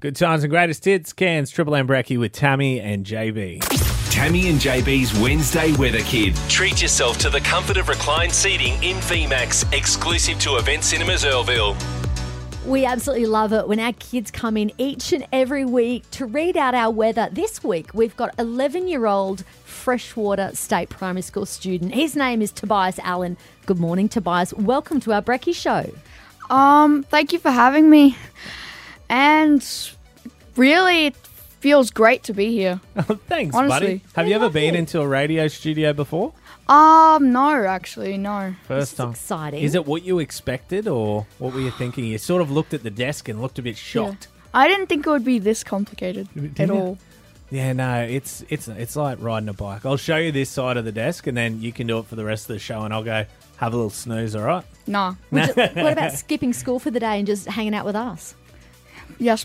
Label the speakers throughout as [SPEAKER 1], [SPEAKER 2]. [SPEAKER 1] Good times and greatest hits. Cairns Triple M Bracky with Tammy and JB.
[SPEAKER 2] Tammy and JB's Wednesday Weather Kid.
[SPEAKER 3] Treat yourself to the comfort of reclined seating in VMAX, exclusive to Event Cinemas Earlville.
[SPEAKER 4] We absolutely love it when our kids come in each and every week to read out our weather. This week, we've got 11 year old Freshwater State Primary School student. His name is Tobias Allen. Good morning, Tobias. Welcome to our Brekkie Show.
[SPEAKER 5] Um, thank you for having me. And really, it feels great to be here.
[SPEAKER 1] Thanks, buddy.
[SPEAKER 5] Honestly.
[SPEAKER 1] Have you ever been into a radio studio before?
[SPEAKER 5] Um, no, actually, no.
[SPEAKER 1] First time.
[SPEAKER 4] exciting.
[SPEAKER 1] Is it what you expected or what were you thinking? You sort of looked at the desk and looked a bit shocked.
[SPEAKER 5] I didn't think it would be this complicated
[SPEAKER 1] Didn't
[SPEAKER 5] at
[SPEAKER 1] you?
[SPEAKER 5] all.
[SPEAKER 1] Yeah, no, it's it's it's like riding a bike. I'll show you this side of the desk and then you can do it for the rest of the show and I'll go have a little snooze, all right?
[SPEAKER 5] Nah.
[SPEAKER 4] Would you- what about skipping school for the day and just hanging out with us?
[SPEAKER 5] Yes,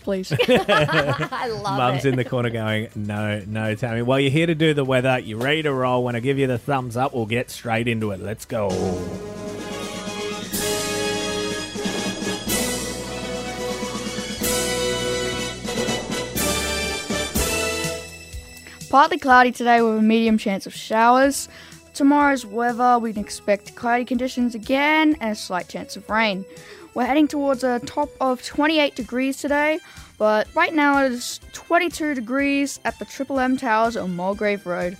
[SPEAKER 5] please.
[SPEAKER 4] I love
[SPEAKER 1] Mum's
[SPEAKER 4] it.
[SPEAKER 1] in the corner going, no, no, Tammy. Well, you're here to do the weather. You're ready to roll. When I give you the thumbs up, we'll get straight into it. Let's go.
[SPEAKER 5] Partly cloudy today with a medium chance of showers. Tomorrow's weather, we can expect cloudy conditions again and a slight chance of rain. We're heading towards a top of 28 degrees today, but right now it is 22 degrees at the Triple M Towers on Mulgrave Road.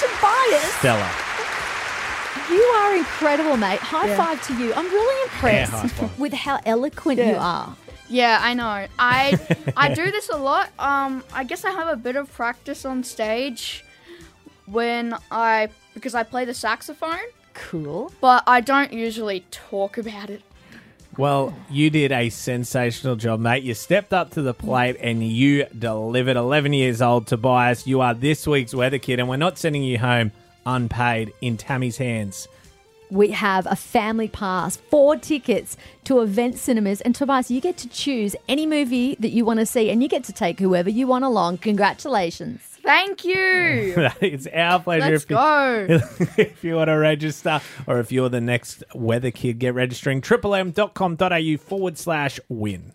[SPEAKER 4] Tobias,
[SPEAKER 1] Stella.
[SPEAKER 4] you are incredible, mate. High
[SPEAKER 5] Yeah.
[SPEAKER 4] five to you. I'm really impressed
[SPEAKER 1] high five.
[SPEAKER 4] with how eloquent you
[SPEAKER 5] Yeah.
[SPEAKER 4] are.
[SPEAKER 5] Yeah, I know. I I do this a lot. Um, I guess I have a bit of practice on stage when I because I play the saxophone,
[SPEAKER 4] Cool.
[SPEAKER 5] but I don't usually talk about it.
[SPEAKER 1] Well, you did a sensational job, mate. You stepped up to the plate and you delivered. 11 years old, Tobias. You are this week's weather kid, and we're not sending you home unpaid in Tammy's hands.
[SPEAKER 4] we have a family pass, four tickets to event cinemas. And Tobias, you get to choose any movie that you want to see and you get to take whoever you want along. Congratulations.
[SPEAKER 5] Thank you.
[SPEAKER 1] it's our pleasure.
[SPEAKER 5] Let's
[SPEAKER 1] if you-
[SPEAKER 5] go.
[SPEAKER 1] if you want to register or if you're the next weather kid, get registering. triplem.com.au forward slash win.